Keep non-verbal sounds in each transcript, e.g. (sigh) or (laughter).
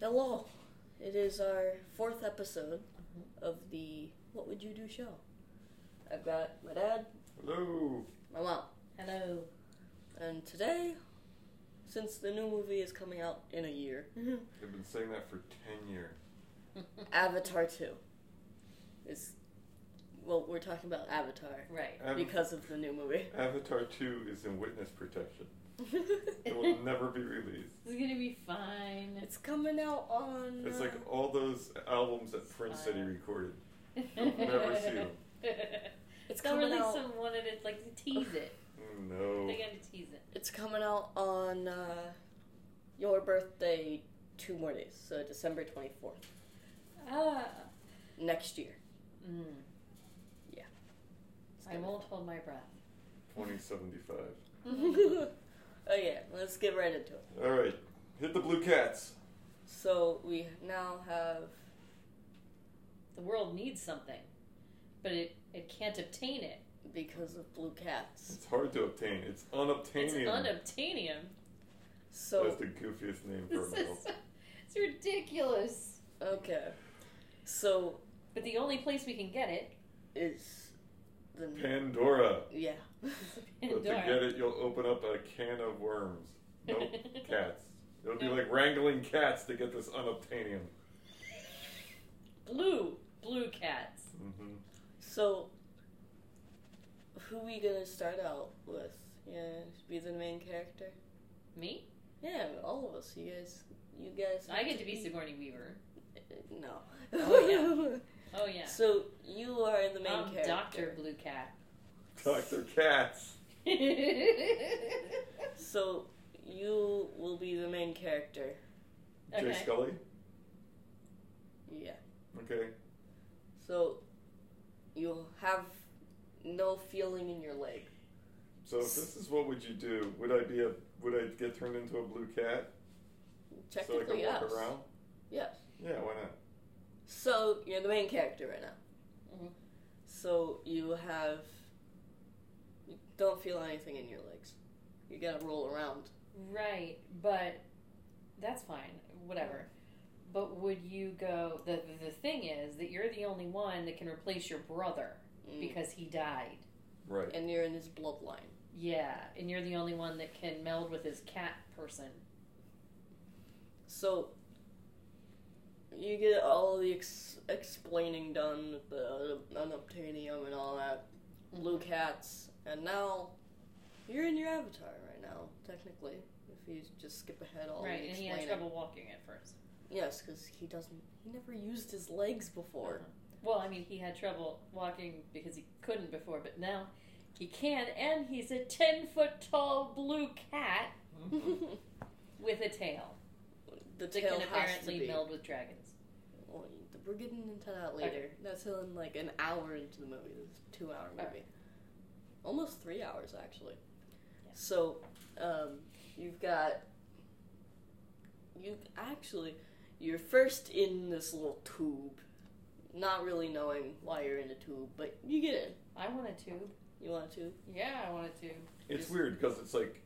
Hello. It is our fourth episode of the What Would You Do show. I've got my dad, Hello. my mom, Hello. and today, since the new movie is coming out in a year, I've been saying that for ten years. Avatar 2 is. Well, we're talking about Avatar right. Av- because of the new (laughs) movie. Avatar Two is in witness protection. It (laughs) will never be released. This is gonna be fun. it's coming out on. It's uh, like all those albums that Prince said he recorded. You'll never (laughs) see them. It's They'll coming release out. them one at a, like to tease it. They're No. gonna tease it. It's coming out on uh, your birthday two more days, so December 24th, Ah. next year. Mm. Yeah. It's I gonna- won't hold my breath. Twenty seventy five. (laughs) oh yeah, let's get right into it. All right. Hit the blue cats. So we now have The world needs something, but it it can't obtain it. because of blue cats. It's hard to obtain. It's It's unobtainium. unobtainium. So That's the goofiest name for This a metal. is (laughs) it's ridiculous. okay, so But the only place we can get it (laughs) is the Pandora. yeah. (laughs) is But to get (laughs) Pandora. it, you'll open up a can of worms. (laughs) Nope. cats. It'll be like wrangling cats to get this unobtainium. Blue, blue cats. hmm So who we gonna start out with? Yeah, be the main character. Me? Yeah, all of us. You guys. You guys. I get to be Sigourney Weaver. No. Oh, (laughs) Oh yeah. So you are the main I'm character. Doctor Blue (laughs) Cat. Dr. Cats. okay. So you will be the main character. Jay Scully? Yeah. Okay. So you have no feeling in your leg. So if this is what would you do? Would I be a would I get turned into a blue cat so I Technically, could walk yes. around? Yes. Yeah, why not? So you're the main character right now. Mhm. So you have you don't feel anything in your legs. You gotta roll around. Right, but that's fine. Whatever. But would you go? The the thing is that you're the only one that can replace your brother Mm. because he died. Right. and you're in his bloodline. Yeah, and you're the only one that can meld with his cat person. So you get all the ex- explaining done, with the unobtainium and all that. blue cats, and now you're in your avatar right now, technically. If you just skip ahead all right, the and he explaining. had trouble walking at first. Yes, because he doesn't. He never used his legs before. Well, I mean, he had trouble walking because he couldn't before, but now he can, and he's a ten foot tall blue cat Oh. with a tail. (laughs) the That tail can has to apparently be. meld with dragons. Well, We're getting into that later. That's in like an hour into the movie. This two hour movie. Alright. Almost three hours actually. Yeah. So, um, you've got you actually you're first in this little tube, not really knowing why you're in a tube, but you get in. I want a tube. You want a tube? Yeah, I want a tube. It's weird because it's like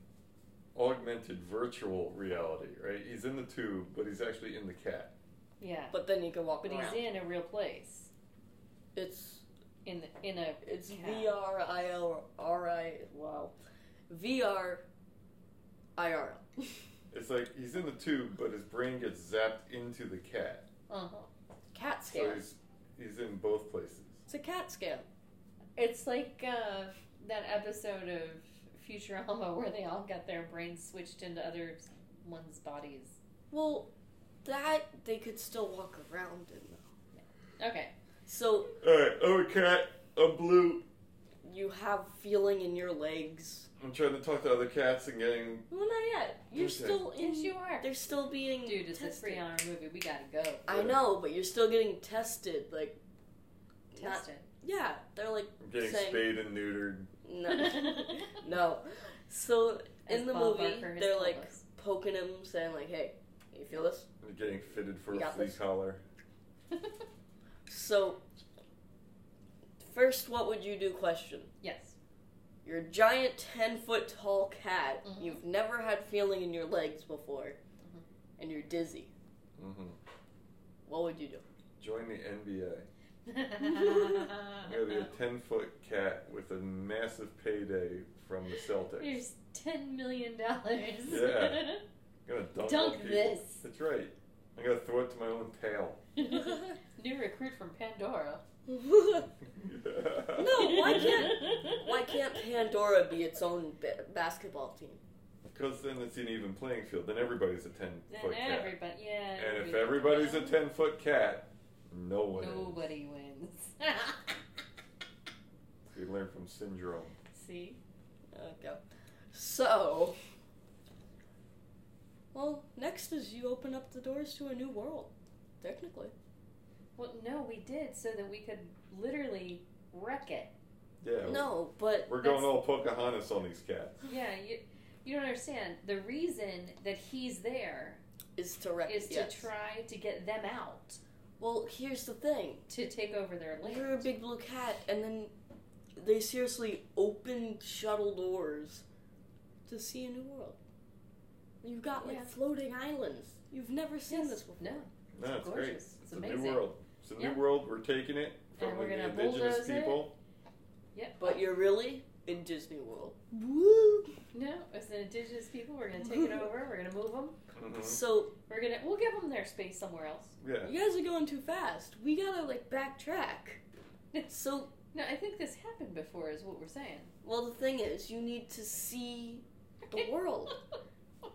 augmented virtual reality, right? He's in the tube, but he's actually in the cat. Yeah, But then you can walk but he's around. in a real place. It's In the, in a it's Yeah. V R I L R I wow, V R I R L. (laughs) It's like he's in the tube, but his brain gets zapped into the cat. uh Cat So scan. he's he's in both places. It's a cat scan. It's like uh, that episode of Futurama where they all got their brains switched into other one's bodies. Well, that they could still walk around in though. Okay, So All right, I'm oh, a cat. I'm blue. you have feeling in your legs. I'm trying to talk to other cats and getting. Well, not yet. You're Okay. still in. yes, you are. They're still being Dude, it's a tested. three hour movie. We gotta go I know, but you're still getting tested. Like, test it. yeah, they're like I'm getting Same. spayed and neutered. (laughs) no, no. So in As the Bob movie, Barker has they're told like us. poking him, saying like, "Hey, you feel this?" I'm getting fitted for You a got flea this? collar. So first, what would you do? Question. (laughs) yes. You're a giant, 10 foot tall cat. Mhm. You've never had feeling in your legs before. Mhm. And you're dizzy. hmm What would you (laughs) do? Join the NBA. You're Uh-huh. (laughs) the 10 foot cat with a massive payday from the Celtics. Here's ten million dollars. (laughs) Yeah. I'm gonna dunk, on Dunk (laughs) people. this. That's right. I'm gonna throw it to my own tail. New recruit from Pandora. No, why (laughs) (laughs) can't- Why can't Pandora be its own ba- basketball team? Because then it's an even playing field. Then everybody's a 10 Then foot cat. everybody, yeah. And if everybody- everybody's a 10 foot cat, no one is. nobody wins. (laughs) We learn from syndrome. See, Okay. So. Well, next is you open up the doors to a new world, technically. well, no, we did so that we could literally wreck it. Yeah. No, but We're going That's- all Pocahontas on these cats. Yeah, you, you don't understand. The reason that he's there is to wreck. is yes. to try to get them out Well, here's the thing: to take over their land. you're a big blue cat, and then they seriously open shuttle doors to see a new world. You've got like Yeah. floating islands. You've never seen Yes. this before. No, No, it's great. gorgeous. It's, It's a amazing. new world. It's a new Yeah. world. We're taking it from And we're the gonna indigenous bulldoze it. people. Yep. But you're really in Disney World. Woo! no, as an indigenous people, we're gonna take (laughs) it over. We're gonna move them. Mhm. So We're gonna we'll give them their space somewhere else. Yeah. You guys are going too fast. We gotta like (laughs) backtrack. So, No, I think this happened before, is what we're saying. (laughs) well, the thing is, you need to see. (laughs) The world.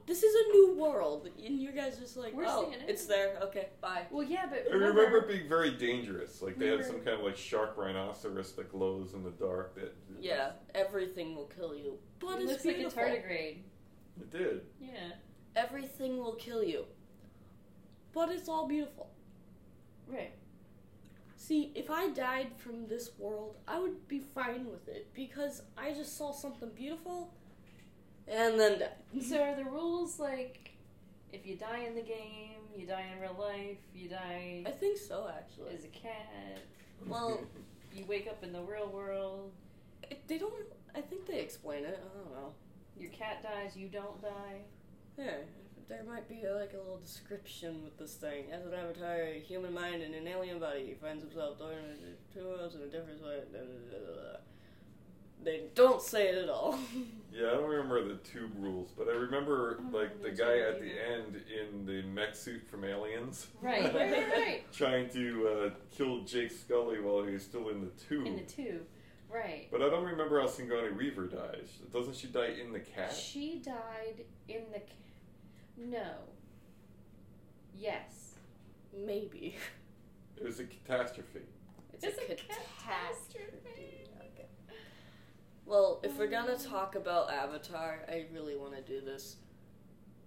This is a new world, and you guys are just like, We're oh, seeing it." it's there. Okay, bye. well, yeah, but I remember- remember it being very dangerous. Like they had Remember- some kind of like shark rhinoceros that glows in the dark. That Yeah, everything will kill you, but it it's looks beautiful. like a tardigrade. it did. Yeah, everything will kill you, but it's all beautiful. right. See, if I died from this world, I would be fine with it because I just saw something beautiful, and then died. So are the rules like if you die in the game, you die in real life, you die I think so, actually. as a cat, Well, you wake up in the real world, It, they don't. I think they explain it. I don't know. your cat dies, you don't die. Yeah, there might be uh, like a little description with this thing. As an avatar, a human mind in an alien body, he finds himself torn into two worlds in a different way. da, da, da, da, da. They don't say it at all. (laughs) (laughs) yeah, I don't remember the tube rules, but I remember Oh, like the me guy too, at the yeah. end in the mech suit from Aliens. (laughs) Right, right, right, right. trying to uh, kill Jake Scully while he was still in the tube. In the tube, right. but I don't remember how Singani Weaver dies. Doesn't she die in the cat? She died in the ca- no. Yes, Maybe It was a catastrophe. it's, a, catastrophe. Okay. Well, if we're gonna talk about Avatar, I really want to do this.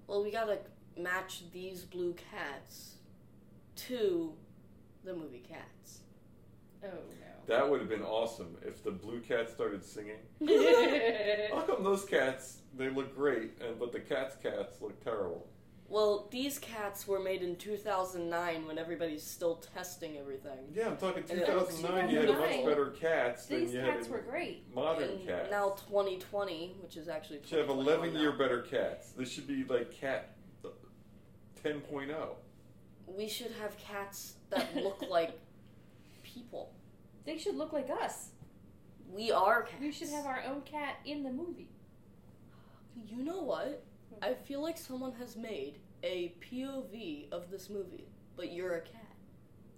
Well, we gotta match these blue cats to the movie Cats. (laughs) Oh (laughs) (laughs) That would have been awesome if the blue cat started singing. How no. come those cats they look great, and but the cat's cats look terrible? well, these cats were made in 2009 when everybody's still testing everything. Yeah, I'm talking Yeah. 2009. You had much 2009. better cats than These you cats had were in great. modern And cats. Now 2020, which is actually should have 2021 11 year now. better cats. This should be like cat oh. 10.0. We should have cats that look like (laughs) people. They should look like us. We are cats. We should have our own cat in the movie. You know what? I feel like someone has made a POV of this movie, but you're a cat.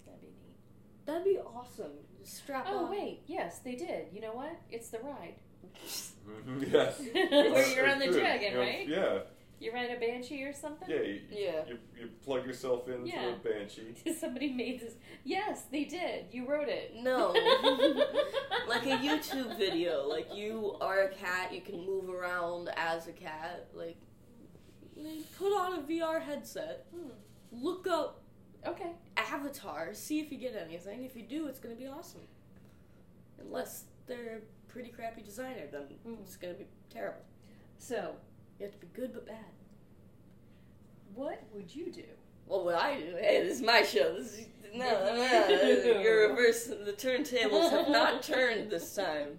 That'd be neat. That'd be awesome. Strap Oh on. wait, yes, they did. You know what? It's the ride. Mm-hmm. (laughs) yes. (laughs) Where you're That's on the good. dragon, You know, right? Yeah, You ride a banshee or something? yeah. (laughs) You, Yeah. you, you plug yourself into Yeah. a banshee. (laughs) Somebody made this. Yes, they did. You wrote it. (laughs) No. (laughs) like a YouTube video. Like you are a cat, you can move around as a cat. Like like, put on a VR headset, Hmm. look up Okay. Avatar, see if you get anything. If you do, it's gonna be awesome. Unless they're a pretty crappy designer, then Hmm. it's gonna be terrible. So, You have to be good but bad. what would (laughs) you do? What would I do? Hey, this is my show. This is, no, no, (laughs) no, your reverse. The turntables have not turned this time.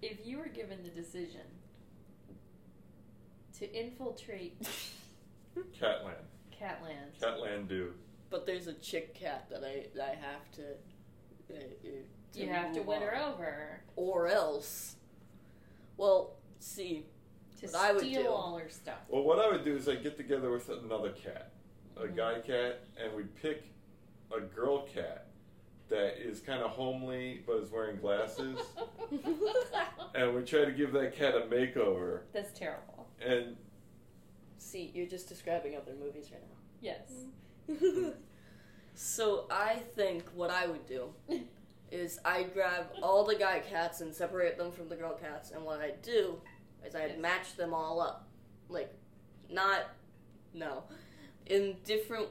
If you were given the decision to infiltrate Catland. Catlands. Catland do. But there's a chick cat that I that I have to. Uh, uh, You have to move win on. her over Or else. Well, see, to What I would steal do. all her stuff. Well, what I would do is I'd get together with another cat, a Mm-hmm. (laughs) guy cat, and we'd pick a girl cat that is kind of homely but is wearing (laughs) glasses. and we try to give that cat a makeover. (laughs) That's terrible. And see, you're just describing other movies right Yes. Mm. now. so I think what I would do is I'd grab all the guy cats and separate them from the girl cats, and what I'd do is I'd Yes. match them all up, like, not, no, in different,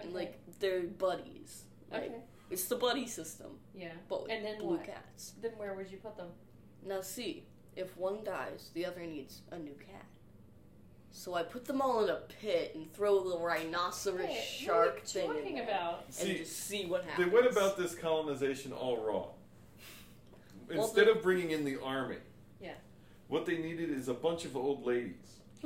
Okay. like they're buddies. Like, okay. It's the buddy system, Yeah. but with And then blue what? cats. Then where would you put them? Now, see, if one dies, the other needs a new cat. So I put them all in a pit and throw the rhinoceros Hey, shark what are thing you in talking there about? and see, just see what they happens. went about this colonization all wrong. Well, Instead the- of bringing in the army, Yeah. what they needed is a bunch of old ladies. (laughs)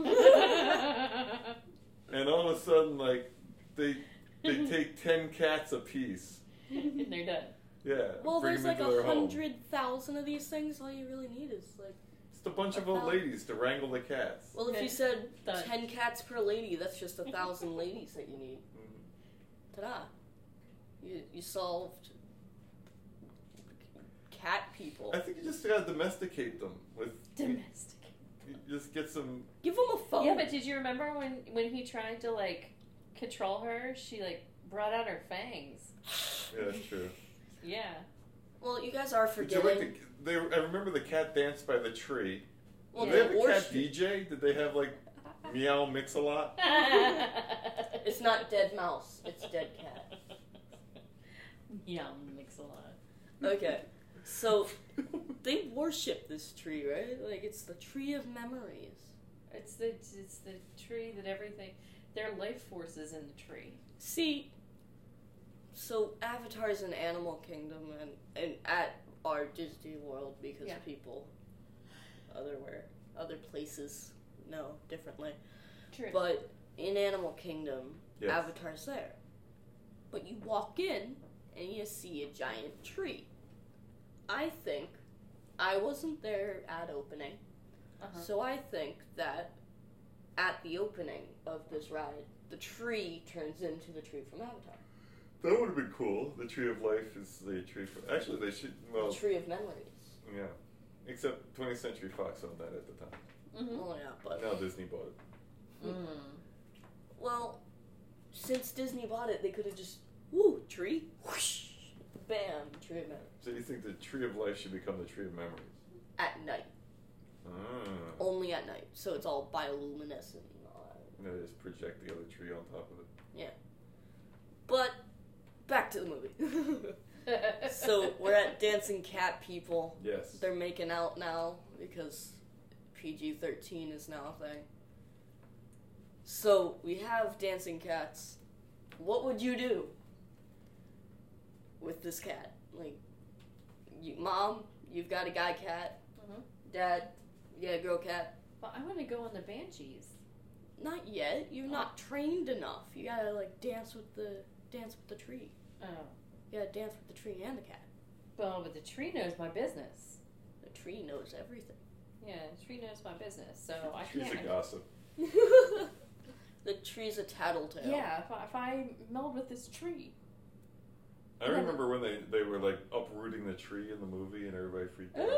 And all of a sudden, like, they they (laughs) take ten cats apiece. (laughs) and they're done. Yeah. well, bring there's them like into a their home. hundred thousand of these things. All you really need is like, Just a bunch of old Well- ladies to wrangle the cats. well, if Okay. you said Done. ten cats per lady, that's just a thousand (laughs) ladies that you need. Mm-hmm. Ta-da! You you solved cat people. I think you just gotta domesticate them with. Domestic. you Just get some. Give them a phone. Yeah, but did you remember when when he tried to like control her? She like brought out her fangs. Yeah, that's true. Yeah. well, you guys are Did you like forgetting. the, they, I remember the cat dance by the tree. Well, Did Yeah. they have the a cat orchard- DJ? Did they have like meow mix a lot? (laughs) It's not dead mouse. It's dead cat. (laughs) (laughs) Yum, mix a lot. Okay. So they worship this tree, right? Like it's the tree of memories. (laughs) It's the it's the tree that everything. Their life force is in the tree. See, so Avatar's an animal kingdom, and and at our Disney World because Yeah. people, otherwhere, other places know differently. True. But in Animal Kingdom, Yes. Avatar's there. But you walk in and you see a giant tree. I think I wasn't there at opening, Uh-huh. so I think that at the opening of this ride, the tree turns into the tree from Avatar. That would have been cool. The tree of life is the tree. For, actually, they should. Well, the tree of memories. yeah. Except 20th Century Fox owned that at the time. Mhm. Well, Oh, yeah, but Now Disney bought Mm. well, since Disney bought it, they could have just woo tree, whoosh, bam, tree of memories it. So you think the tree of life should become the tree of memories? at night. Mm. only at night, so it's all bioluminescent and all that. And they just project the other tree on top of it. But back to the movie. (laughs) so we're at Dancing Cat People. Yes. They're making out now because PG 13 is now a thing. So we have Dancing Cats. What would you do with this cat? Like, you, mom, you've got a guy cat. Mhm. Dad, you got a girl cat. But I want to go on the banshees. Not yet. You're not trained enough. You gotta like dance with the dance with the tree. Oh, You gotta dance with the tree and the cat. well, but the tree knows my business. The tree knows everything. (laughs) Yeah, the tree knows my business, so I Trees can't. of gossip. the tree's a tattletale. yeah, if I, if I meld with this (gasps) tree, I remember when they, they were like uprooting the tree in the movie and everybody freaked (laughs) out.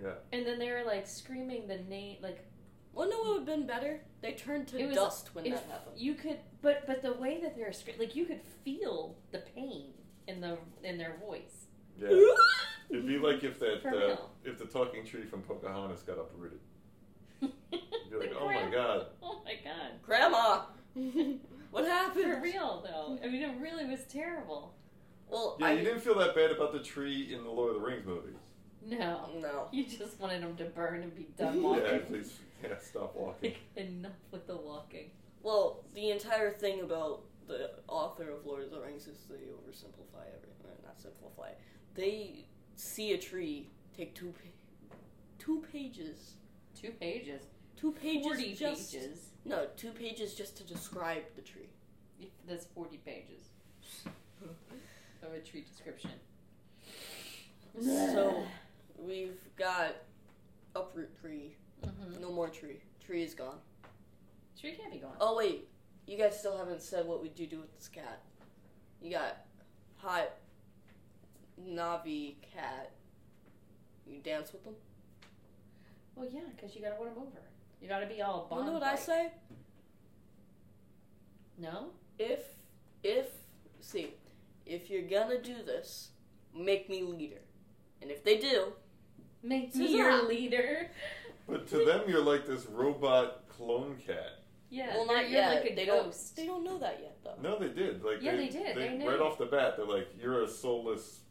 Yeah. and then they were like screaming the name, like Well, no, it would have been better. They turned to It was- dust when it that was- happened. you could, but but the way that they're screaming, like you could feel the pain in the in their voice. Yeah. It'd be like if that For uh, (laughs) real. if the talking tree from Pocahontas got uprooted. You'd be The like, oh my gram- god. Oh my god. (laughs) Grandma, what For happened? real though. I mean it really was terrible. Oh, Well, Yeah, I you didn't feel that bad about the tree in the Lord of the Rings movies. No. no. You just wanted them to burn and be done (laughs) Yeah, walking. please, yeah, stop walking. Enough with the walking. Well, the entire thing about the author of Lord of the Rings is they oversimplify everything. Or not simplify. They see a tree, take two, pa- two pages, Two pages. two pages, Forty just pages. No, two pages just to describe the tree. That's 40 pages of a tree description. So we've got uproot tree. hmm No more tree. Tree is gone. Tree can't be gone. Oh wait, you guys still haven't said what would you do with this cat? You got hot Navi cat. You dance with them. Well, yeah, because you gotta win 'em over. You gotta be all You bond. know what I say? No? If if see, if you're gonna do this, make me leader. And if they do, Make Who's me your that? leader. But to them, you're like this robot clone cat. Yeah, well, they're- not you're yet. like a they ghost. don't. They don't know that yet, though. No, they did. Like Yeah, they did. They knew. right off the bat, they're like, "You're a soulless."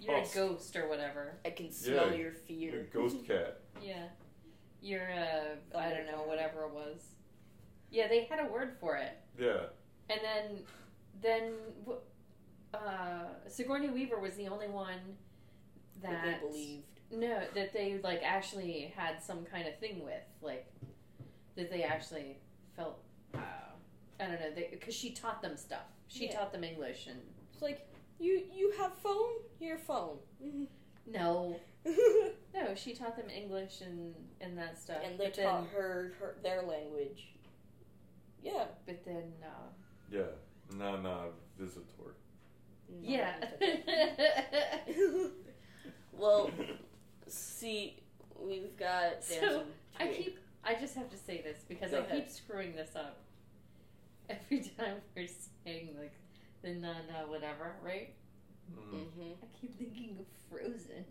You're a husk. ghost or whatever. I can smell Yeah. your You're a fear. (laughs) (laughs) ghost cat. Yeah. You're a, I don't know, whatever it was. Yeah, they had a word for it. Yeah. And then, then wh- uh, Sigourney Weaver was the only one But that they believed. no that they like actually had some kind of thing with like that they actually felt. Uh, I don't know because she taught them stuff. She Yeah. taught them English and It's like you. You have phone. Your (laughs) phone. no, and no, she taught them English and and that stuff. they but then, taught her, her their language. Yeah. but then uh, Yeah. No, no, visitor. yeah. (laughs) (laughs) well, see, we've got So, dancing. I tree. keep. I just have to say this because Go I ahead. keep screwing this up. (laughs) Every time we're saying like the na na whatever, right? Mm. Mhm. I keep thinking of Frozen,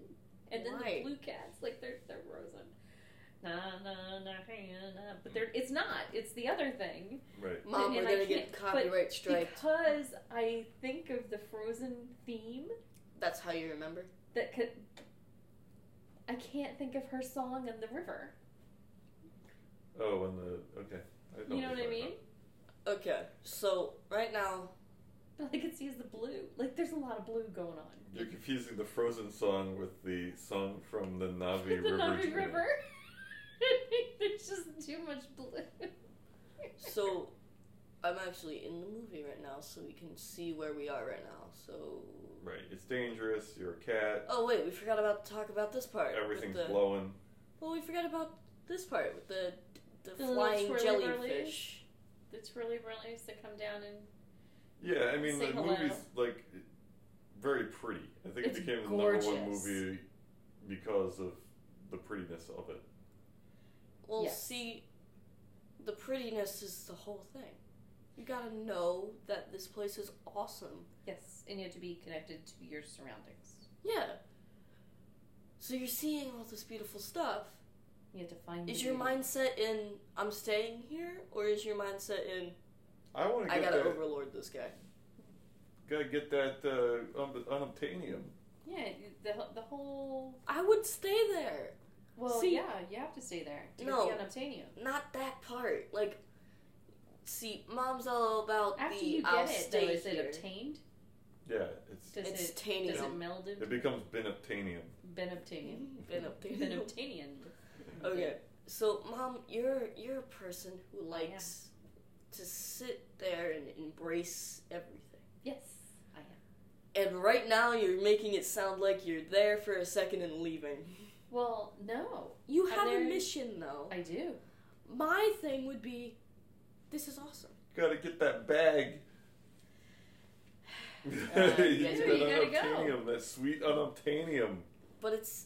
and then Why? the blue cats like they're they're frozen. Na na na hey, na, but they're it's not. It's the other thing Right. Mom, And we're I gonna get can't- copyright strike. because I think of the Frozen theme That's how you remember. that could. I can't think of her song on the river. Oh, and the okay. I You know what I you're mean? talking Okay, so right now, But I could see is the blue. Like there's a lot of blue going on. about. You're confusing the Frozen song with the song from the Navi With the River. Navi Journey. River. (laughs) There's just too much blue. so I'm actually in the movie right now, so we can see where we are right now. So. Right. It's dangerous. You're a cat. Oh wait, we forgot about to talk about this part. with Everything's the- blowing. Well, we forgot about this part with the the, The little flying twirly jellyfish. That's really really used to come down and Yeah, I mean Say the hello. movie's like very pretty. I think It's it became the number one gorgeous. movie because of the prettiness of it. Well, Yes. see, the prettiness is the whole thing. You gotta know that this place is awesome. yes, and you have to be connected to your surroundings. Yeah. So you're seeing all this beautiful stuff. You have to find. Is the your beauty. mindset in I'm staying here, or is your mindset in I want to I get gotta that. overlord this guy? gotta get that uh, un- unobtainium. Yeah, you- the whole- the whole. I would stay there. Well, See- yeah, you have to stay there to No. get the unobtainium. Not that part. Like, see, mom's all about After the you get I'll it, though, stay is here. it obtained? Yeah, it's Does it's it tanium. does it meld it into becomes binobtainium. benobtainium? Been up there. (laughs) Benobtainium. Okay. So, mom, you're you're a person who likes to sit there and embrace everything. Yes, I am. And right now, you're making it sound like you're there for a second and leaving. Well, no, You And have a there- mission, though. I do. My thing would be, this is awesome. Gotta get that bag. (sighs) (laughs) you It's do, that Uh, you gotta go. unobtainium, that sweet unobtainium. But it's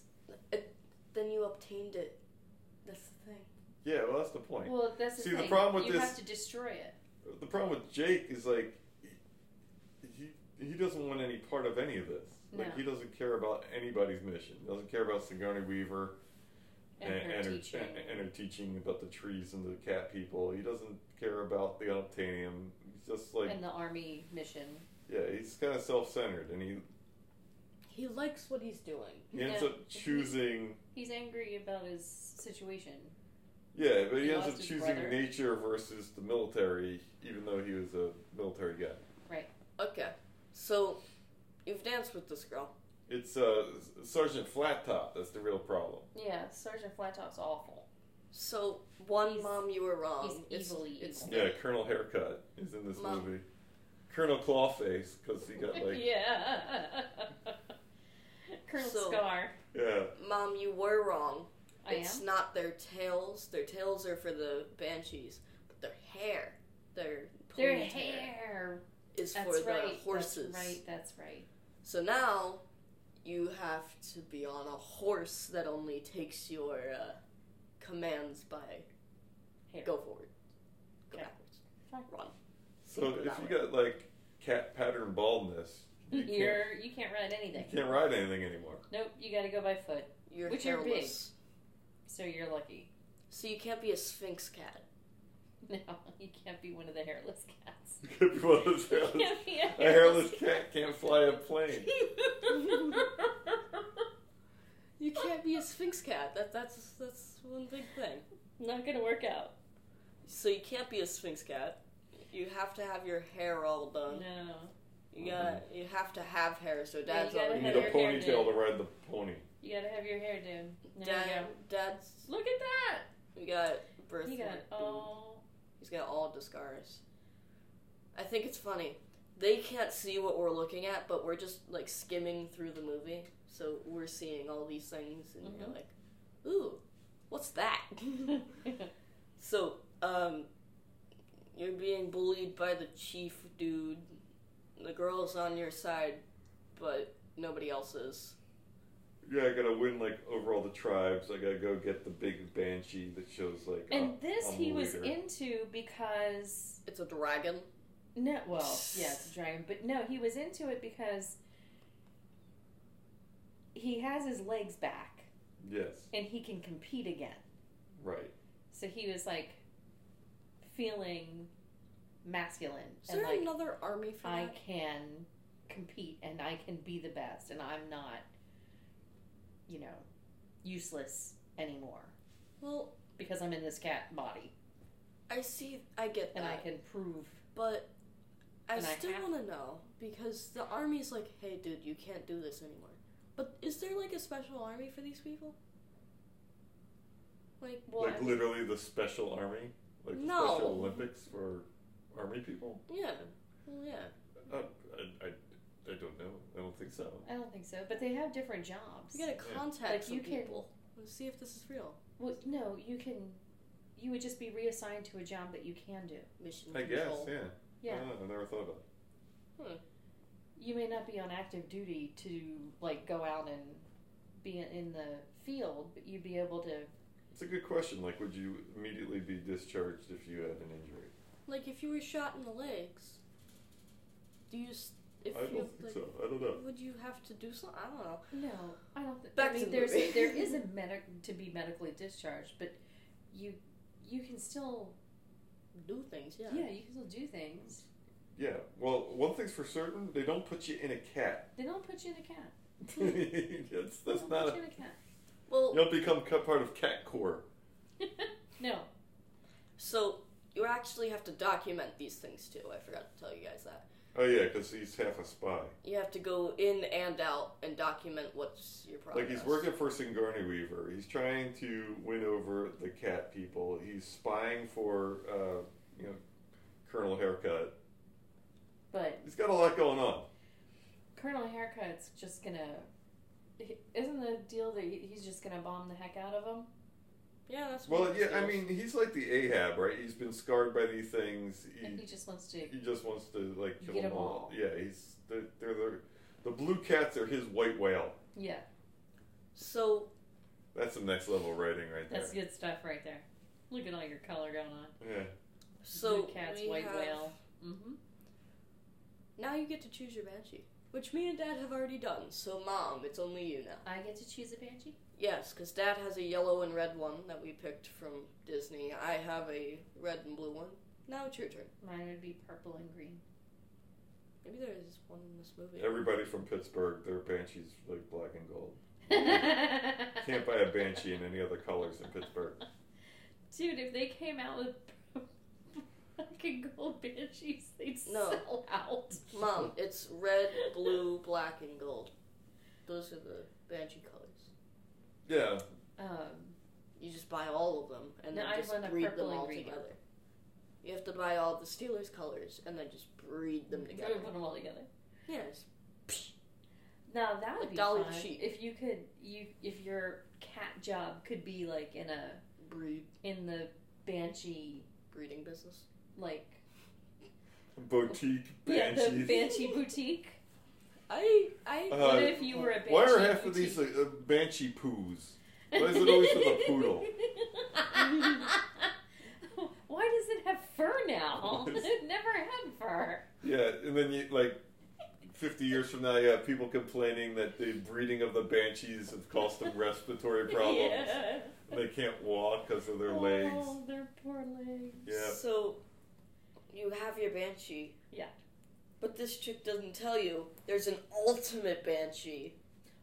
it, then you obtained it. That's the thing. Yeah, well, that's the point. Well, that's the See, the thing. problem with you this- have to destroy it. The problem with Jake is like he he doesn't want any part of any of this. Like No. he doesn't care about anybody's mission. He doesn't care about Sigourney Weaver And, her teaching. and, and her teaching about the trees and the cat people. He doesn't care about the unobtainium. He's just like and the army mission. yeah, he's kind of self-centered, and he, He likes what he's doing. he ends Yeah. up choosing. He's angry about his situation. Yeah, but he, He ends up lost his choosing brother. nature versus the military, even though he was a military guy. Okay. So, you've danced with this girl. It's uh, Sergeant Flattop that's the real problem. Yeah, Sergeant Flattop's awful. So one He's- mom, you were wrong. he's It's- evilly it's, evil. Yeah, Colonel Haircut is in this Mom. movie. Colonel Clawface, because he got (laughs) like, yeah. (laughs) (laughs) yeah. Colonel So- Scar. Mom, you were wrong. I it's am. not their tails. Their tails are for the banshees, but their hair, their Their ponytail hair. is That's for right. the horses. That's right. That's right. So now you have to be on a horse that only takes your uh, commands by Hair. go forward, go Okay. backwards, Fine. run. So Go if that you way. got like cat pattern baldness, (laughs) you can't, You're you can't ride you anything. can't ride anything anymore. (laughs) Nope. You got to go by foot. you're Which are big. hairless. So you're lucky. (laughs) So you can't be a sphinx cat. No, you can't be one of the hairless (laughs) cats. Well, (laughs) it's You hairless. can't be a A hairless cat can't fly (laughs) a (laughs) plane. You can't be a sphinx cat. That that's that's one big thing. Not gonna work out. So you can't be a sphinx cat. You have to have your hair all done. No. You got to you have to have hair. So dad's you gotta You already need Your a hair ponytail did. to ride the pony. You gotta have your hair done. There dad. Dad's you go. Look at that. we got birth. You got all. He's got all the scars. I think it's funny. They can't see what we're looking at, but we're just like skimming through the movie, so we're seeing all these things, and you're Mhm. like, "Ooh, what's that?" (laughs) so, um, you're being bullied by the chief dude. The girl's on your side, but nobody else is. Yeah, I gotta win like over all the tribes. I gotta go get the big banshee that shows like. and uh, this I'm he the was leader. into because It's a dragon. no, well, yeah, it's a dragon, but no, he was into it because he has his legs back yes, and he can compete again. right. So he was like feeling masculine Is and there like another army for I that? can compete and I can be the best and I'm not, you know, useless anymore Well, because I'm in this cat body I see. I get that. and I can prove. But I And I still have- want to know because the army's like, "Hey, dude, you can't do this anymore." But is there like a special army for these people? Like, Well, like I- literally the special army, like the No. Special Olympics for army people. yeah, well, yeah, Uh, I, I, I don't know. I don't think so. I don't think so, but they have different jobs. you gotta Yeah. contact Like, some you can- people and see if this is real. Well, no, you can. You would just be reassigned to a job that you can do. Mission I guess. control. Yeah. Yeah, I, don't know, I never thought about you may not be on active duty to like go out and be in- in the field, but you'd be able to. it. It's a good question. Like, would you immediately be discharged if you had an injury? Like, if you were shot in the legs, do you? s- If I don't you think like, so. I don't know. Would you have to do something? I don't know. No, I don't. Th- Back to I mean, the there's movie. there (laughs) is a medic to be medically discharged, but you you can still Do things, yeah. yeah, you can still do things. Yeah. Well, one thing's for certain: they don't put you in a cat. (laughs) They don't put you in a cat. that's They that's don't not. put A, Hmm. you in a cat. Well, you don't become cut part of cat corps. (laughs) no, so you actually have to document these things too. I forgot to tell you guys that. Oh yeah, because he's half a spy. You have to go in and out and document what's your progress. Like he's working for Sigourney Weaver. He's trying to win over the cat people. He's spying for uh, you know Colonel Haircut. but He's got a lot going on. Colonel Haircut's just gonna. he- Isn't the deal that he- he's just gonna bomb the heck out of them? Yeah, that's one Well, of the yeah, skills. I mean he's like the Ahab, right? He's been scarred by these things. And He, he just wants to. he just wants to like kill Get them 'em all. all. Yeah, he's they're, they're, they're the blue cats are his white whale. Yeah, So That's some next level writing right there. that's good stuff right there. Look at all your color going on. Yeah. so Blue cats, we white have- whale. Mm-hmm. Now you get to choose your banshee, which me and Dad have already done. So Mom, it's only you now. I get to choose a banshee. Yes, because Dad has a yellow and red one that we picked from Disney. I have a red and blue one. Now it's your turn. Mine would be purple and green. Maybe there is one in this movie. Everybody from Pittsburgh, their banshees like black and gold. (laughs) Can't buy a banshee in any other colors in Pittsburgh. Dude, if they came out with (laughs) fucking gold banshees, they'd No. sell out. Mom, it's red, blue, black, and gold. Those are the banshee colors. Yeah. Um, You just buy all of them and No, then I just want a breed purple them all and green. together. You have to buy all the Steelers colors and then just breed them Put together. (laughs) them all together. Yes. Now that Like would be Dolly the fun sheep. if you could you if your cat job could be like in a Breed in the banshee breeding business. like Boutique (laughs) yeah banshees. the banshee boutique. I I Uh, what if you were a banshee? Why are half of boutique? these uh, banshee poos? Why is it always (laughs) with a poodle? Why does it have fur now? (laughs) it never had fur. Yeah, and then you like. 50 years from now, you have people complaining that the breeding of the banshees have caused them respiratory problems. (laughs) Yeah. They can't walk because of their legs. Oh, their poor legs. Yeah. So you have your banshee. Yeah. But this chick doesn't tell you there's an ultimate banshee.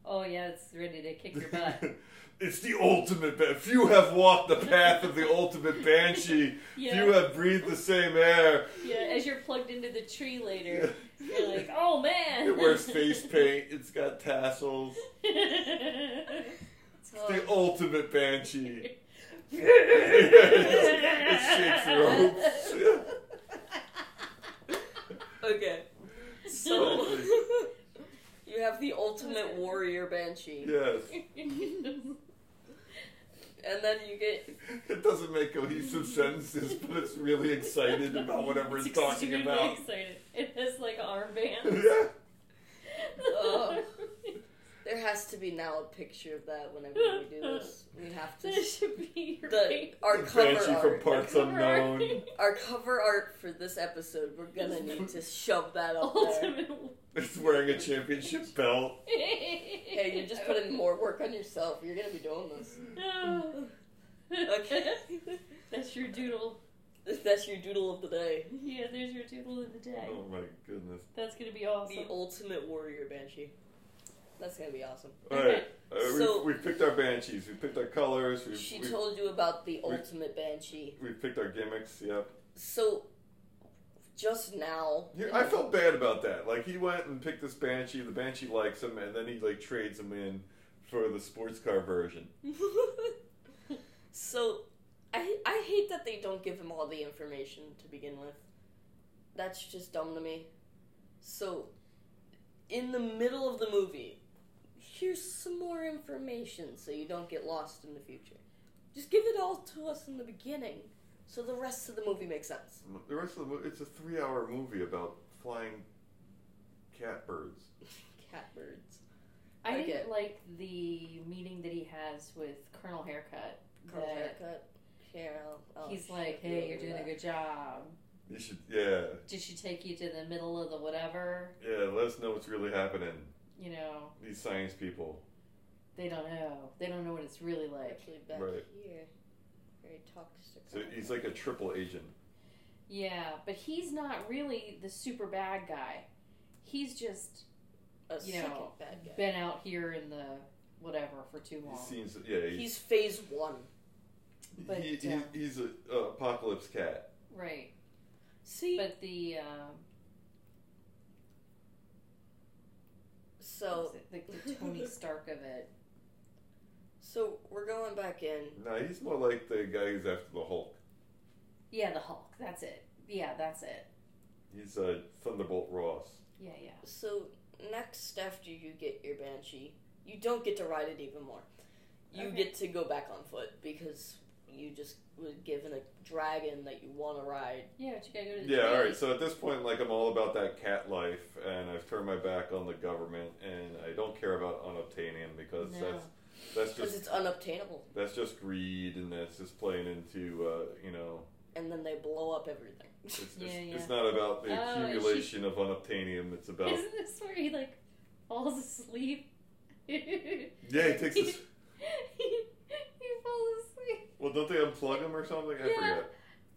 Oh yeah, it's ready to kick your (laughs) butt. it's the ultimate. Ba- few have walked the path (laughs) of the ultimate banshee. Yeah. Few have breathed the same air. yeah. As you're plugged into the tree later, you're like, oh man. (laughs) (laughs) it wears face paint. It's got tassels. It's Oh. It's the all- ultimate banshee. (laughs) (laughs) it shakes (laughs) ropes. Okay. So (laughs) you have the ultimate Okay. warrior banshee. yes, And then you get it doesn't make cohesive sentences, but it's really excited about whatever it's, talking extremely about. Excited. It has like (laughs) armbands. yeah. Oh. (laughs) there has to be now a picture of that whenever we (laughs) do this. We have to This should be your the main- our The cover banshee from art. Parts cover Unknown. art. Our cover art for this episode, we're gonna need to shove that up there. (laughs) ultimate. It's wearing a championship belt. Yeah, you're just putting (laughs) more work on yourself. You're gonna be doing this. No. Okay. Oh. (laughs) That's your doodle. That's your doodle of the day. Yeah, there's your doodle of the day. Oh my goodness. That's gonna be The awesome. ultimate warrior banshee. That's gonna be awesome. All right. Uh, So- we, we picked our banshees. We picked our colors. We, She we, told you about the we- ultimate banshee. we picked our gimmicks. Yep. So, just now. He, I felt bad about that. Like he went and picked this banshee. The banshee likes him, and then he like trades him in for the sports car version. (laughs) so, I I hate that they don't give him all the information to begin with. That's just dumb to me. So, in the middle of the movie, here's some more information so you don't get lost in the future. Just give it all to us in the beginning, so the rest of the movie makes sense. The rest of the movie, it's a three-hour movie about flying catbirds. Catbirds. I Okay. didn't like the meeting that he has with Colonel Haircut. Curl that haircut. Oh, Here, I'll, I'll he's show like, you "Hey, you're over doing a that." good job. You should, yeah, Did she take you to the middle of the whatever? yeah. Let us know what's really happening. You know, These science people, they don't know. They don't know what it's really like." Actually, back Right. here, very toxic. so he's like a triple agent. Yeah, but he's not really the super bad guy. He's just a you second know, bad guy. been out here in the whatever for too He long. seems, yeah, he's He's phase one. but, he, he, uh, he's a uh, apocalypse cat. Right. See, But the um so like the, the Tony Stark of it. so we're going back in. No, he's more like the guy who's after the Hulk. Yeah, the Hulk. That's it. Yeah, that's it. He's uh, Thunderbolt Ross. Yeah, yeah. So next, after you get your banshee, you don't get to ride it even more. You Okay. get to go back on foot because you just were given a dragon that you want to ride. Yeah, but you gotta go to the Yeah, tree. all right. So at this point, like I'm all about that cat life, and I've turned my back on the government, and I don't care about unobtainium because No. that's that's Because just it's unobtainable, that's just greed, and that's just playing into uh, you know and then they blow up everything. it's it's, Yeah, yeah. it's not about the Oh, is she- accumulation of unobtainium. It's about Isn't this where he like falls asleep? (laughs) he, (laughs) yeah, he (laughs) takes this. he falls asleep. Well, don't they unplug him or something? I Yeah. forget.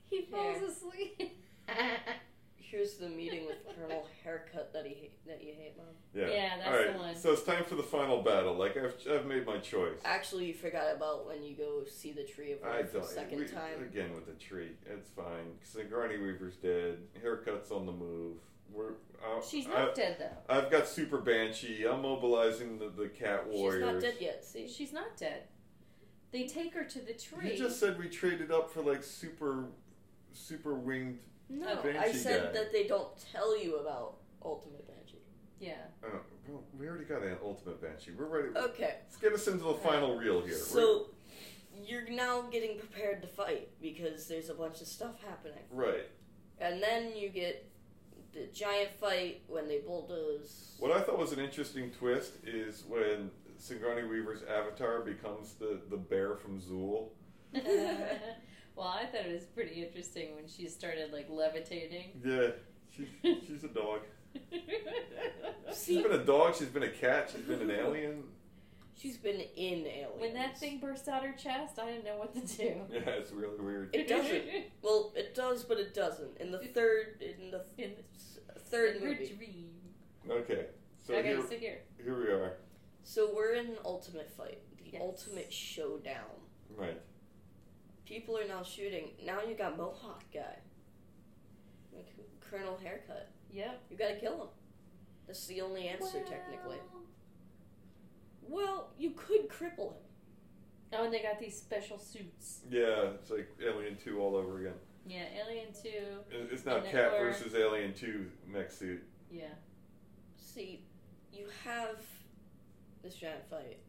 He falls Yeah. asleep. (laughs) Here's the meeting with (laughs) Colonel Haircut that he ha- that you hate, mom. Yeah. Yeah, that's all right. the one. So it's time for the final battle. Like I've I've made my choice. Actually, you forgot about when you go see the tree of I life the don't. second we- time. again with the tree. It's fine. Sigourney Weaver's dead. Haircuts on the move. We're I, She's I, not dead though. I've got Super Banshee. I'm mobilizing the, the Cat She's Warriors. not dead yet. See, She's not dead. They take her to the tree. You just said we traded up for like super, super winged. No, Banshee I said guy. that they don't tell you about Ultimate Banshee. Yeah. (laughs) (laughs) Uh, well, we already got an ultimate banshee. We're ready. Okay, Let's get us into the final reel here. We're- Oh. so you're now getting prepared to fight because there's a bunch of stuff happening. right. And then you get the giant fight when they bulldoze. What I thought was an interesting twist is when Sigourney Weaver's avatar becomes the the bear (laughs) from Zool. well, I thought it was pretty interesting when she started like levitating. (laughs) Yeah, she's she's a dog. She's See, been a dog. She's been a cat. She's been an alien. she's been in Aliens. when that thing burst out her chest, I didn't know what to do. Yeah, it's really weird. It doesn't. Well, it does, but it doesn't. In the third, in the (laughs) In s- third her movie. dream. Okay, so okay, here so here. here we are. So we're in an ultimate fight, the Yes. ultimate showdown. Right. People are now shooting. Now you got Mohawk guy, like Colonel haircut. Yep. You gotta kill him. That's the only answer, Well. technically. Well, you could cripple him. Oh, and they got these special suits. Yeah, it's like Alien Two all over again. Yeah, Alien 2. It- It's not And Cat or- versus Alien Two mech suit. Yeah. See, you have this giant fight.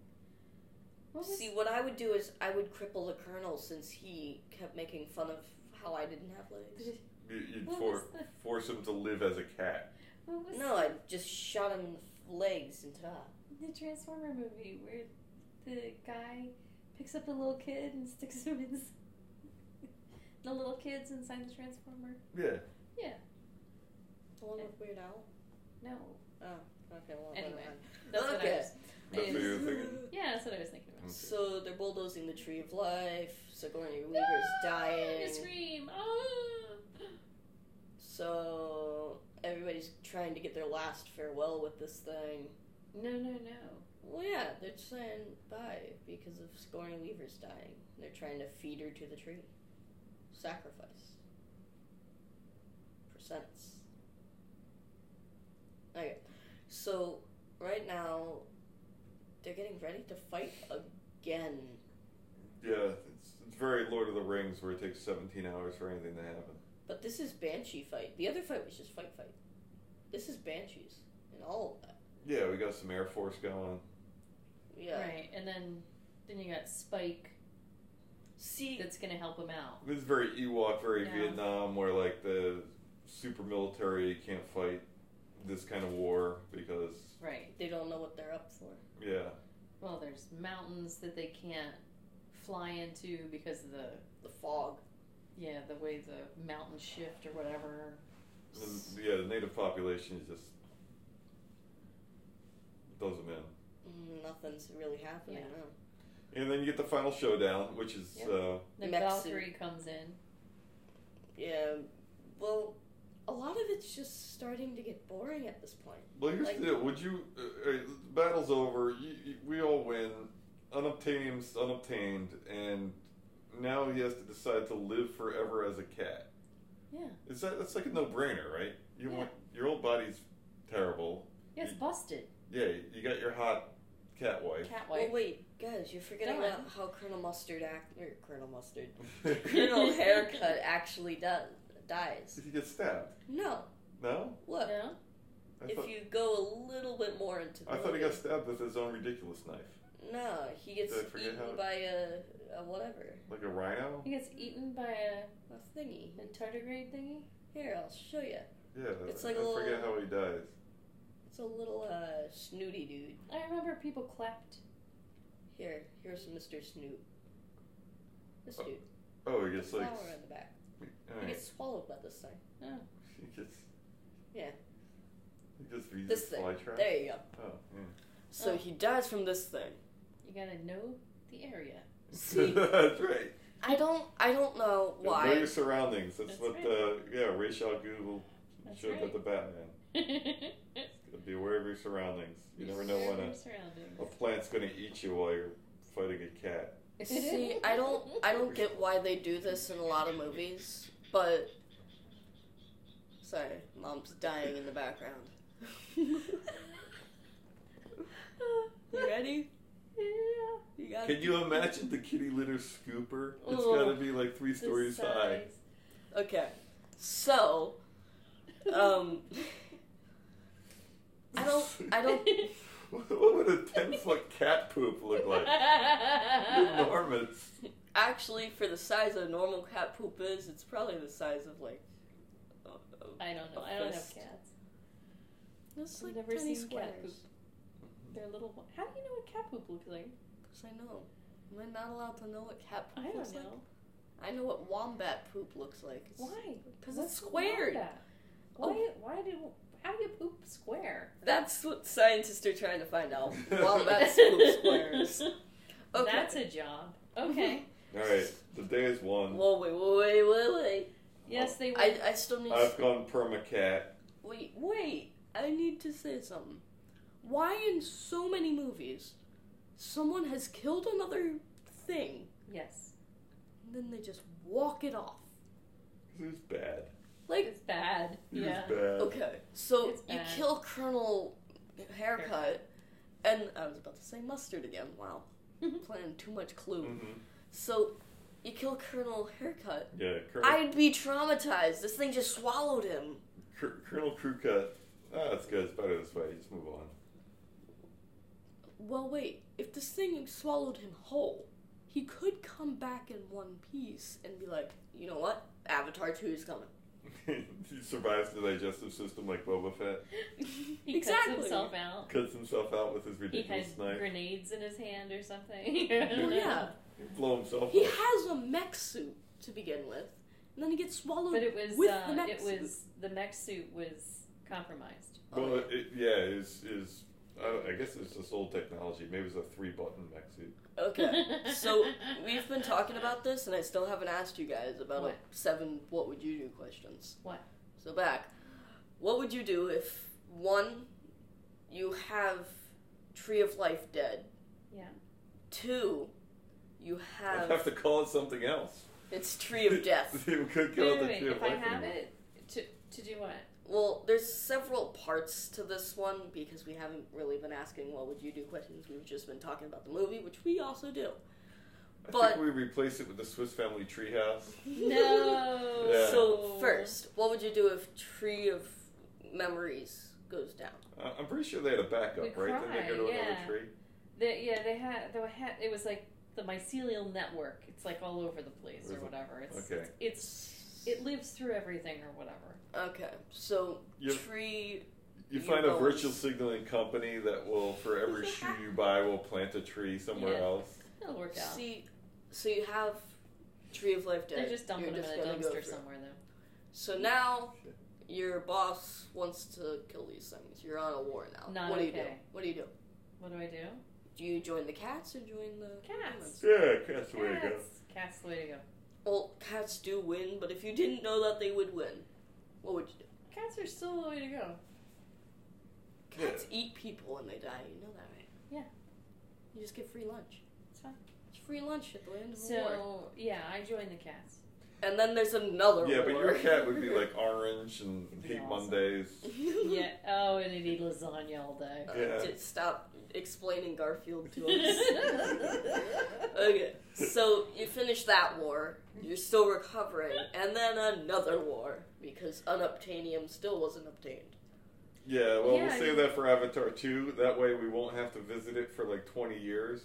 What was- See, what I would do is I would cripple the colonel since he kept making fun of how I didn't have legs. You- You'd What for, was the- force him to live as a cat. What was No, I just shot him in the legs and ta. the Transformer movie where the guy picks up a little kid and sticks him in (laughs) the little kids inside the Transformer? Yeah. The one with Weird Al. No. Okay, well, Anyway. never mind. That's what I Okay. was, That's what you're thinking. yeah, that's what I was thinking about. So they're bulldozing the Tree of Life. Sigourney Weaver's No! dying. Scream! Oh! So everybody's trying to get their last farewell with this thing. No, no, no. Well, yeah, they're just saying bye because of Sigourney Weaver's dying. They're trying to feed her to the tree. Sacrifice. Percents. Okay, so right now they're getting ready to fight again. Yeah, it's, it's very Lord of the Rings where it takes 17 hours for anything to happen. But this is Banshee fight. The other fight was just fight fight. This is Banshees and all of that. Yeah, we got some Air Force going. Yeah. Right, and then then you got Spike See, that's gonna help him out. This is very Ewok, very Yeah. Vietnam, where like the super military can't fight this kind of war because, Right. they don't know what they're up for. yeah, Well, there's mountains that they can't fly into because of the The fog. yeah the way the mountains shift or whatever. the, yeah, the native population is just doesn't in. Mm, Nothing's really happening. Yeah. huh? And then you get the final showdown, which is Yep. uh, The Mech Valkyrie comes in. Mm. Yeah, well, a lot of it's just starting to get boring at this point. well. Here's Like- the deal. Would you? Uh, uh, battle's over. You, you, we all win. Unobtainium's unobtained, and now he has to decide to live forever as a cat. Yeah. Is that that's like a no-brainer, right? You Yeah. want your old body's terrible. Yeah, it's busted. Yeah, you got your hot (laughs) cat wife. (laughs) Well, Catwife. wait, guys, you're forgetting Dylan. about how Colonel Mustard act or Colonel Mustard, Colonel Haircut actually does (laughs) dies. Did you get stabbed? No, No. look, No. I if thought you go a little bit more into the I thought he got movie- stabbed with his own ridiculous knife, no, he gets Did I forget eaten how- by a, a whatever like a rhino. He gets eaten by a, a thingy. a tardigrade thingy. Here, I'll show you. Yeah. It's I like a little- forget how he dies. It's a little uh snooty dude. I remember people clapped. Here, here's Mr. Snoop. This dude, Oh, he the gets like. flower in the back. all He right. gets swallowed by this thing. He gets. Yeah. He gets he This gets thing. flytrap. There you go. Oh, yeah. So Oh. he dies from this thing. You gotta know the area. See. (laughs) that's right. I don't. I don't know Yeah, Know why. your surroundings. That's, That's what. right. Uh, yeah, Rachel Google That's showed right. that the Batman. Be aware of your surroundings. You never know when Your a, a plant's going to eat you while you're fighting a cat. surroundings. See, I don't. (laughs) I don't get why they do this in a lot of movies, but sorry, mom's dying in the background. (laughs) you ready? Yeah. You You got Can you imagine the kitty litter scooper? It's Ooh. got to be like three stories high. (laughs) Okay. So, um, I don't, I (laughs) don't, what would a ten foot cat poop (laughs) look like? Enormous. actually, for the size a normal cat poop is, it's probably the size of like. a- a- I don't know. I don't have cats. It's like never tiny seen squares. cat poop. They're little. one- How do you know what cat poop looks like? Because I know. Am I not allowed to know what cat I poop don't looks know. like? I know what wombat poomp looks like. It's- Why? 'Cause What's it's the squared. Oh. wombat? Why? Why do? How do you poop (laughs) square? That's what scientists are trying to find (laughs) out. Wombats poop (laughs) squares. Okay. That's a job. (laughs) Okay. All right, the day is won. Whoa, wait, wait, wait, wait, yes, they wait. will. I, I still need. I've gone perma cat. Wait, wait. I need to say something. Why in so many movies, someone has killed another thing, yes, and then they just walk it off? It was bad. Like, it's (laughs) bad. It Yeah. (laughs) was bad. okay, so Uh, It's you bad. kill Colonel Haircut, Haircut. and I was about to say mustard again. Wow, playing too much Clue. Mm. Mhm. So, you kill Colonel Haircut. Yeah, Colonel, I'd be traumatized. This thing just swallowed him. Cur- Colonel Crew Cut. Ah, that's good. It's better this way. Just move on. (laughs) Well, wait. If this thing swallowed him whole, he could come back in one piece and be like, you know what? Avatar 2 is coming. he survives the digestive system like Boba Fett. He cuts himself out. Cuts himself out with his He ridiculous has knife. grenades in his hand or something. (laughs) I Well, don't Oh, know. yeah. blow himself He up. has a mech suit to begin with, and then he gets swallowed But it was with uh, the mech it suit. was the mech suit was compromised. Well, it, yeah, is is I, don't- I guess it's just old technology. Maybe it's a three button mech suit. Okay. (laughs) So we've been talking about this, and I still haven't asked you guys about What? a seven "What would you do?" questions. What? So back, what would you do if one, you have Tree of Life dead. (laughs) Yeah. Two, you I'd Uh, have, have to call it something else. it's (laughs) Tree of Death. we Wait, could call wait, it the wait. tree of If I life. have anymore. it to to do what? (laughs) Well, there's several parts to this one because we haven't really been asking what would you do questions. We've just been talking about the movie, which we also do. I but- think we replace it with the Swiss Family Treehouse. No. Yeah. So first, what would you do if Tree of Memories goes down? I- I'm pretty sure they had a backup, We right? Didn't they go to cry, yeah. another tree? They, yeah, they had they had it was like the mycelial network. It's like all over the place or Is it? whatever. It's Okay. it's it lives through everything or whatever. Okay, so You- Tree. You You find a know. virtual signaling company that will, for every shoe you buy, will plant a tree somewhere Yeah. else. It'll work out. See, so you have Tree of Life dead. They're just dumping You're them in a gonna go dumpster through. somewhere though. So now your boss wants to kill these things. You're on a war now. Not what do you do? okay. What do you do? What do I do? Do you join the cats or join the Cats. Yeah, that's the way to go. Cats. Cats. the Way to go. Well, cats do win, but if you didn't know that they would win, what would you do? Cats are still the way to go. Cats eat people when they die. You know that, right? Yeah. You just get free lunch. It's fine. It's free lunch at the end of the war. So yeah, I joined the cats. And then there's another Yeah, war. but your cat would (laughs) be like orange and It'd be hate awesome. Mondays. yeah. Oh, and it eat lasagna all day. Uh, Yeah. just Stop explaining Garfield (laughs) to us. okay, so you finish that war. You're still recovering, and then another war because unobtainium still wasn't obtained. Yeah, well, Yeah, we'll I save mean- that for Avatar 2. That way we won't have to visit it for like 20 years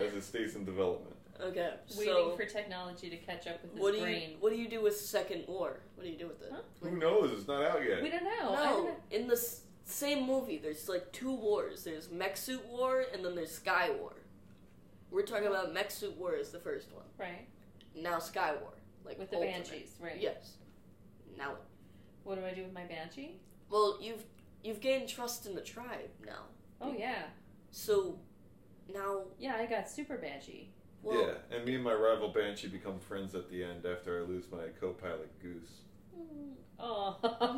as it stays in development. okay, Waiting so for technology to catch up with his what do brain. you what do you do with second war? What do you do with it? Huh? Who knows? It's not out We yet. don't know. I don't No, know. in the s- same movie, there's like two wars. There's mech suit war, and then there's sky war. We're talking about mech suit war is the first one. Right. Now sky war, like With the ultimate. banshees. Right. Yes. Now, What do I do with my banshee? well, you've you've gained trust in the tribe now, Oh Mm. yeah. so now, Yeah, I got super banshee. well, yeah, and me and my rival Banshee become friends at the end after I lose my co pilot Goose. (laughs) Mm.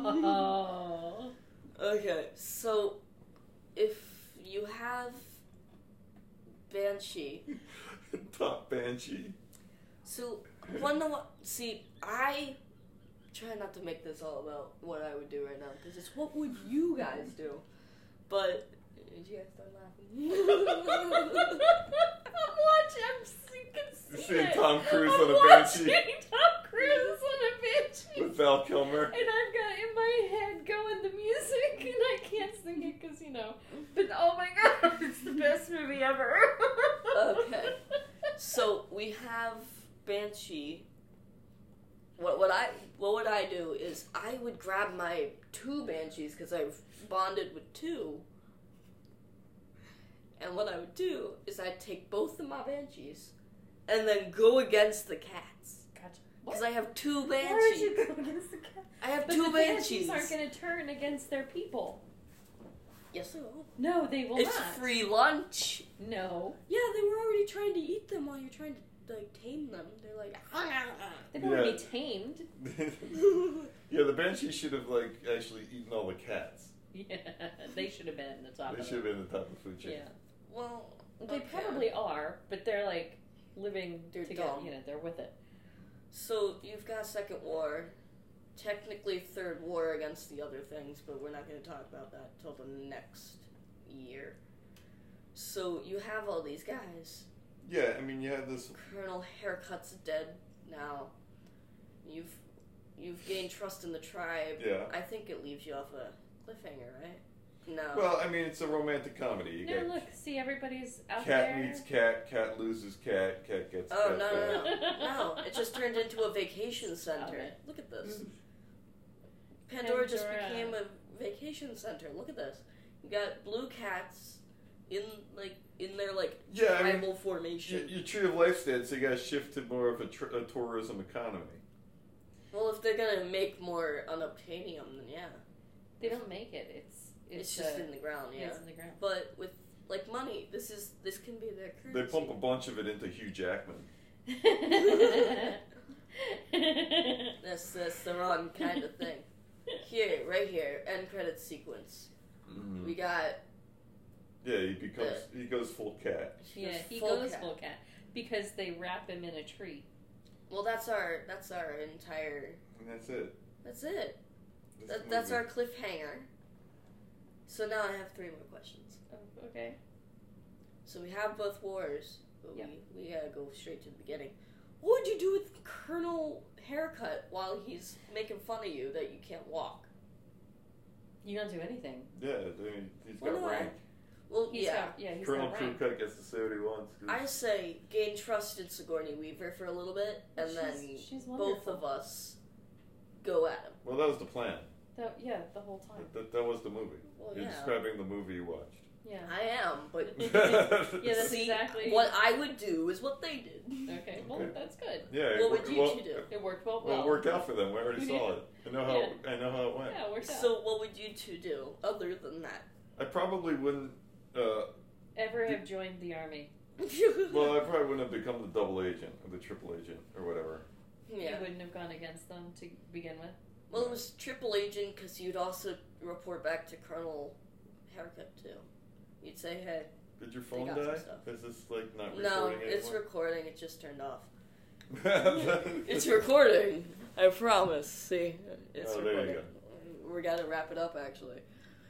(laughs) Oh. okay. So, if you have banshee, Top Banshee. so One the one, see, I try not to make this all about what I would do right now because it's what would you guys do, but Did you guys start laughing? (laughs) I'm watching. I'm seeing. You're seeing Tom Cruise I'm on a banshee. watching (laughs) Tom Cruise on a with banshee. Val Kilmer. And (laughs) I've got in my head going the music, and I can't sing it because you know. But oh my god, (laughs) it's the best movie ever. Okay. so we have Banshee. What would I? What would I do? Is I would grab my two banshees because I've bonded with two. And what I would do is I'd take both of my banshees, and then go against the cats (laughs) Gotcha. because I have two banshees. Why would you go against the cat? I have But two the banshees. banshees aren't going to turn against their people. Yes, they will. No, they will It's not. free lunch. No, Yeah, they were already trying to eat them while you're trying to like tame them. They're like. (laughs) they've already Yeah. tamed. (laughs) yeah, the Banshee should have like actually eaten all the cats. Yeah, they should have been in the top. They of should have been at the top of the food Yeah, chain. well, they okay. probably are, but they're like living They're together. dumb. You know, they're with it. So you've got second war, technically third war against the other things, but we're not going to talk about that till the next year. So you have all these guys. Yeah, I mean you had this. Colonel Haircut's dead now. You've you've gained trust in the tribe. Yeah. I think it leaves you off a cliffhanger, right? No. Well, I mean it's a romantic comedy. You No, got look, see, everybody's out cat there. (laughs) Uh, meets cat, cat loses cat, cat gets Oh, cat no, back. no, no, it just turned into a vacation Stop center. it. Look at this. Mm. Pandora just Pandora. became a vacation center. Look at this. You got blue cats in like in their like Yeah, I mean, tribal Your, formation. your tree of life's dead, so you gotta shift to more of a, tr- a tourism economy. well, if they're gonna make more unobtainium, then yeah, They don't make it. It's it's, it's, just uh, in the ground. Yeah, it's in the ground. (laughs) but with like money, this is this can be their They currency. pump a bunch of it into Hugh Jackman. That's that's the wrong kind of (laughs) thing. Here, right here, end credit sequence. We got Mm-hmm. Yeah, he becomes he goes full cat. she yeah, was he full goes cat. full cat because they wrap him in a tree. Well, that's our that's our entire. And that's it. That's it. That's, the That, that's our movie. cliffhanger. So now I have three more questions. Oh, okay. So we have both wars, but Yeah. we, we gotta go straight to the beginning. What would you do with Colonel Haircut while he's making fun of you that you can't walk? You don't do anything. Yeah, I mean, he's Well, got no, I- rank. Well, He's yeah. got yeah, he's Colonel got Crew rank. Cut gets to say what he wants. 'cause- I say gain trust in Sigourney Weaver for a little bit, and she's, then she's both wonderful. of us go at him. well, that was the plan. The- yeah, the whole time. That, that, that was the movie. Oh. Well, You're yeah. describing the movie (laughs) you watched. Yeah. I am, (laughs) but Yeah, that's see, exactly- what I would do is what they did. Okay. Well, Okay. that's good. yeah. it What would wor- you well, two do? It worked well. Well, it worked out for them. I already saw Yeah. it. I know how. I know how it went. Yeah, it worked out. So what would you two do other than that? I probably wouldn't. Uh, Ever have joined the army? (laughs) (laughs) well, I probably wouldn't have become the double agent or the triple agent or whatever. yeah. You wouldn't have gone against them to begin with. Well, it was triple agent because you'd also report back to Colonel Haircut too. You'd say, "Hey, Did your phone got some die? stuff. Is this like not recording no, anymore? (laughs) it's recording. It just turned (laughs) off. it's (laughs) It's recording. I promise. See, it's (laughs) Oh, there you recording. We gotta wrap it up actually.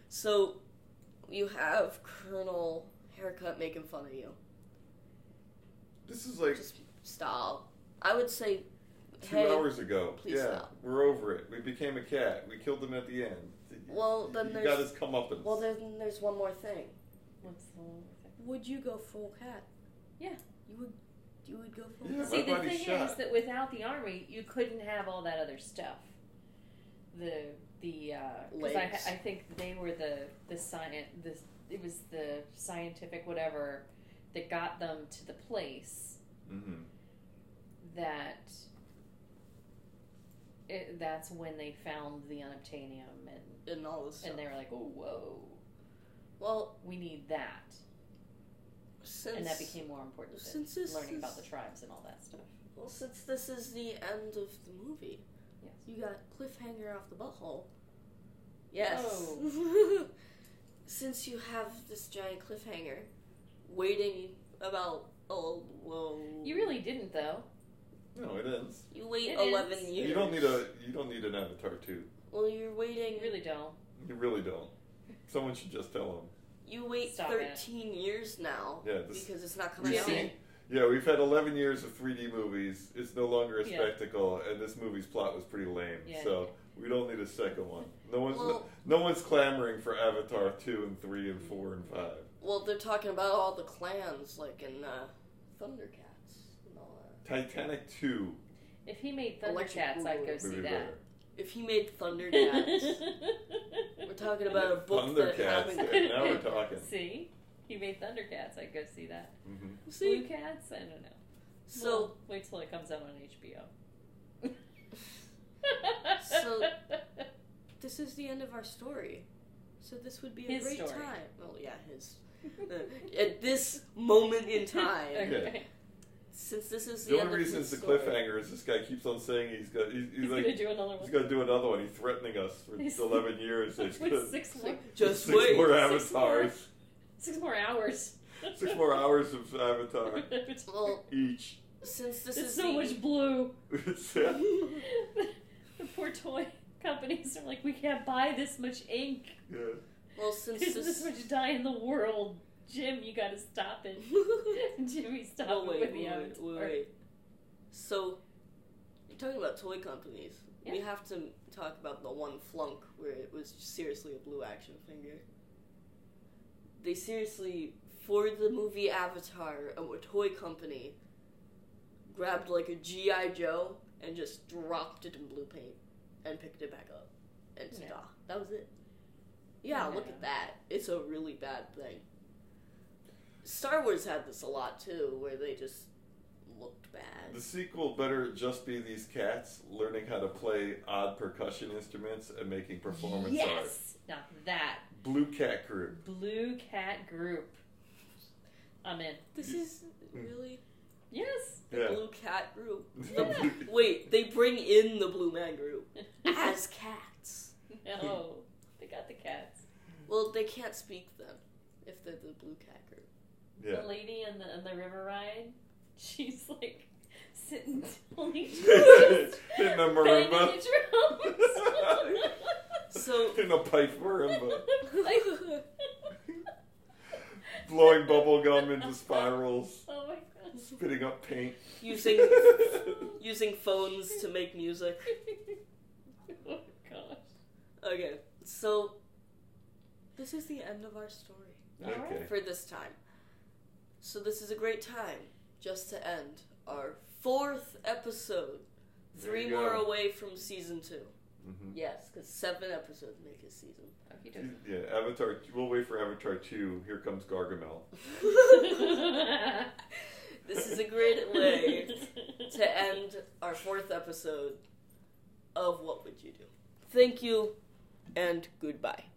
So, you have Colonel Haircut making fun of you. This is like Just stop. I would say, two hey, hours ago. please yeah, stop. we're over it. We became a cat. We killed him at the end. Well, then you there's- got his comeuppance. well, then there's one more thing. What's the whole thing? Would you go full cat? Yeah. You would. You would go full. Yeah, cat? but- See, the buddy thing shot. is that without the army, you couldn't have all that other stuff. The the because I, Legs. I think they were the the science the it was the scientific whatever that got them to the place hmm that it, that's when they found the unobtainium and and all this. Stuff. and they were like oh whoa well, we need that since and that became more important than since this learning is, about the tribes and all that stuff. well, since this is the end of the movie, Yes. you got cliffhanger off the butthole. Yes. Oh. (laughs) since you have this giant cliffhanger, waiting about oh whoa, You really didn't though. No, it ends. you wait It eleven is. years. You don't need a. You don't need an avatar too. Well, you're waiting. You really don't. You really don't. Someone should just tell him. You wait Stop it. 13 years now Yeah, this- because it's not coming We've out. Really? seen, yeah, we've had 11 years of 3D movies. It's no longer a Yeah. spectacle, and this movie's plot was pretty lame. Yeah. So we don't need a second one. No one's Well- no, one's clamoring for Avatar two and three and four and five. Well, they're talking about all the clans, like in uh, Thundercats and all that. Titanic two If he made Electric Thundercats, I'd go Boogaloo. would see be better. that. If he made (laughs) Thundercats, (laughs) we're talking about a book that Thundercats. happened. (laughs) yeah, now we're talking. see, he made Thundercats. I'd go see that. Mhm. (laughs) See, Blue Cats. I don't know. so Well, wait till it comes out on HBO. (laughs) So- this is the end of our story. So this would be a His great story. time. Well, yeah, his. Uh, At this moment (laughs) in time, okay. since this is the, The end only of reason it's his a story. cliffhanger is this guy keeps on saying he's got he's, he's, He's like gonna do another one. he's gonna do another one. He's threatening us for He's- (laughs) eleven years. He's gonna- With six more, Just six wait. more Six avatars, six more hours. (laughs) six (laughs) more hours of Avatar Well, each. (laughs) since this it's is so the... much blue. It's- (laughs) the poor toy (laughs) companies are like, we can't buy this much ink. yeah. well, since There's this this. much dye in the world. Jim, you gotta stop it. (laughs) (laughs) Jimmy, stop Well, it wait, with wait, the wait, avatar. wait, wait. So, you're talking about toy companies. We Yeah. have to talk about the one flunk where it was seriously a blue action figure. They seriously, for the movie Avatar, a toy company grabbed like a G.I. Joe and just dropped it in blue paint and picked it back up. And said, Yeah. "Ah, that was it. Yeah, look Yeah. at that. It's a really bad thing. Star Wars had this a lot too, where they just looked bad. The sequel better just be these cats learning how to play odd percussion instruments and making performance art. Yes! Now that Blue Cat Crew. (laughs) Blue Cat Group. I'm in. This is really Yes. the Hmm. Yeah. Blue Cat group. The blue- Wait, they bring in the Blue Man (laughs) group as cats. (laughs) no, they got the cats. (laughs) Well, they can't speak then if they're the Blue Cat group. (laughs) yeah. The lady in the in the river ride, (laughs) she's like sitting (laughs) (laughs) holding Hitting drums, the banging marimba. the (laughs) drums. So, In a pipe (laughs) marimba. like, Blowing bubble gum (laughs) into spirals. Oh my gosh. (laughs) Spitting up paint. (laughs) using using phones to make music. oh gosh. Okay, so this is the end of our story. okay. for this time. So this is a great time just to end our fourth episode. There Three you more go. away from season two. Mhm. Yes, because seven episodes make a season. Okey-doke. Yeah, Avatar. We'll wait for Avatar 2. Here comes Gargamel. (laughs) this is a great way to end our fourth episode of What Would You Do? Thank you and goodbye.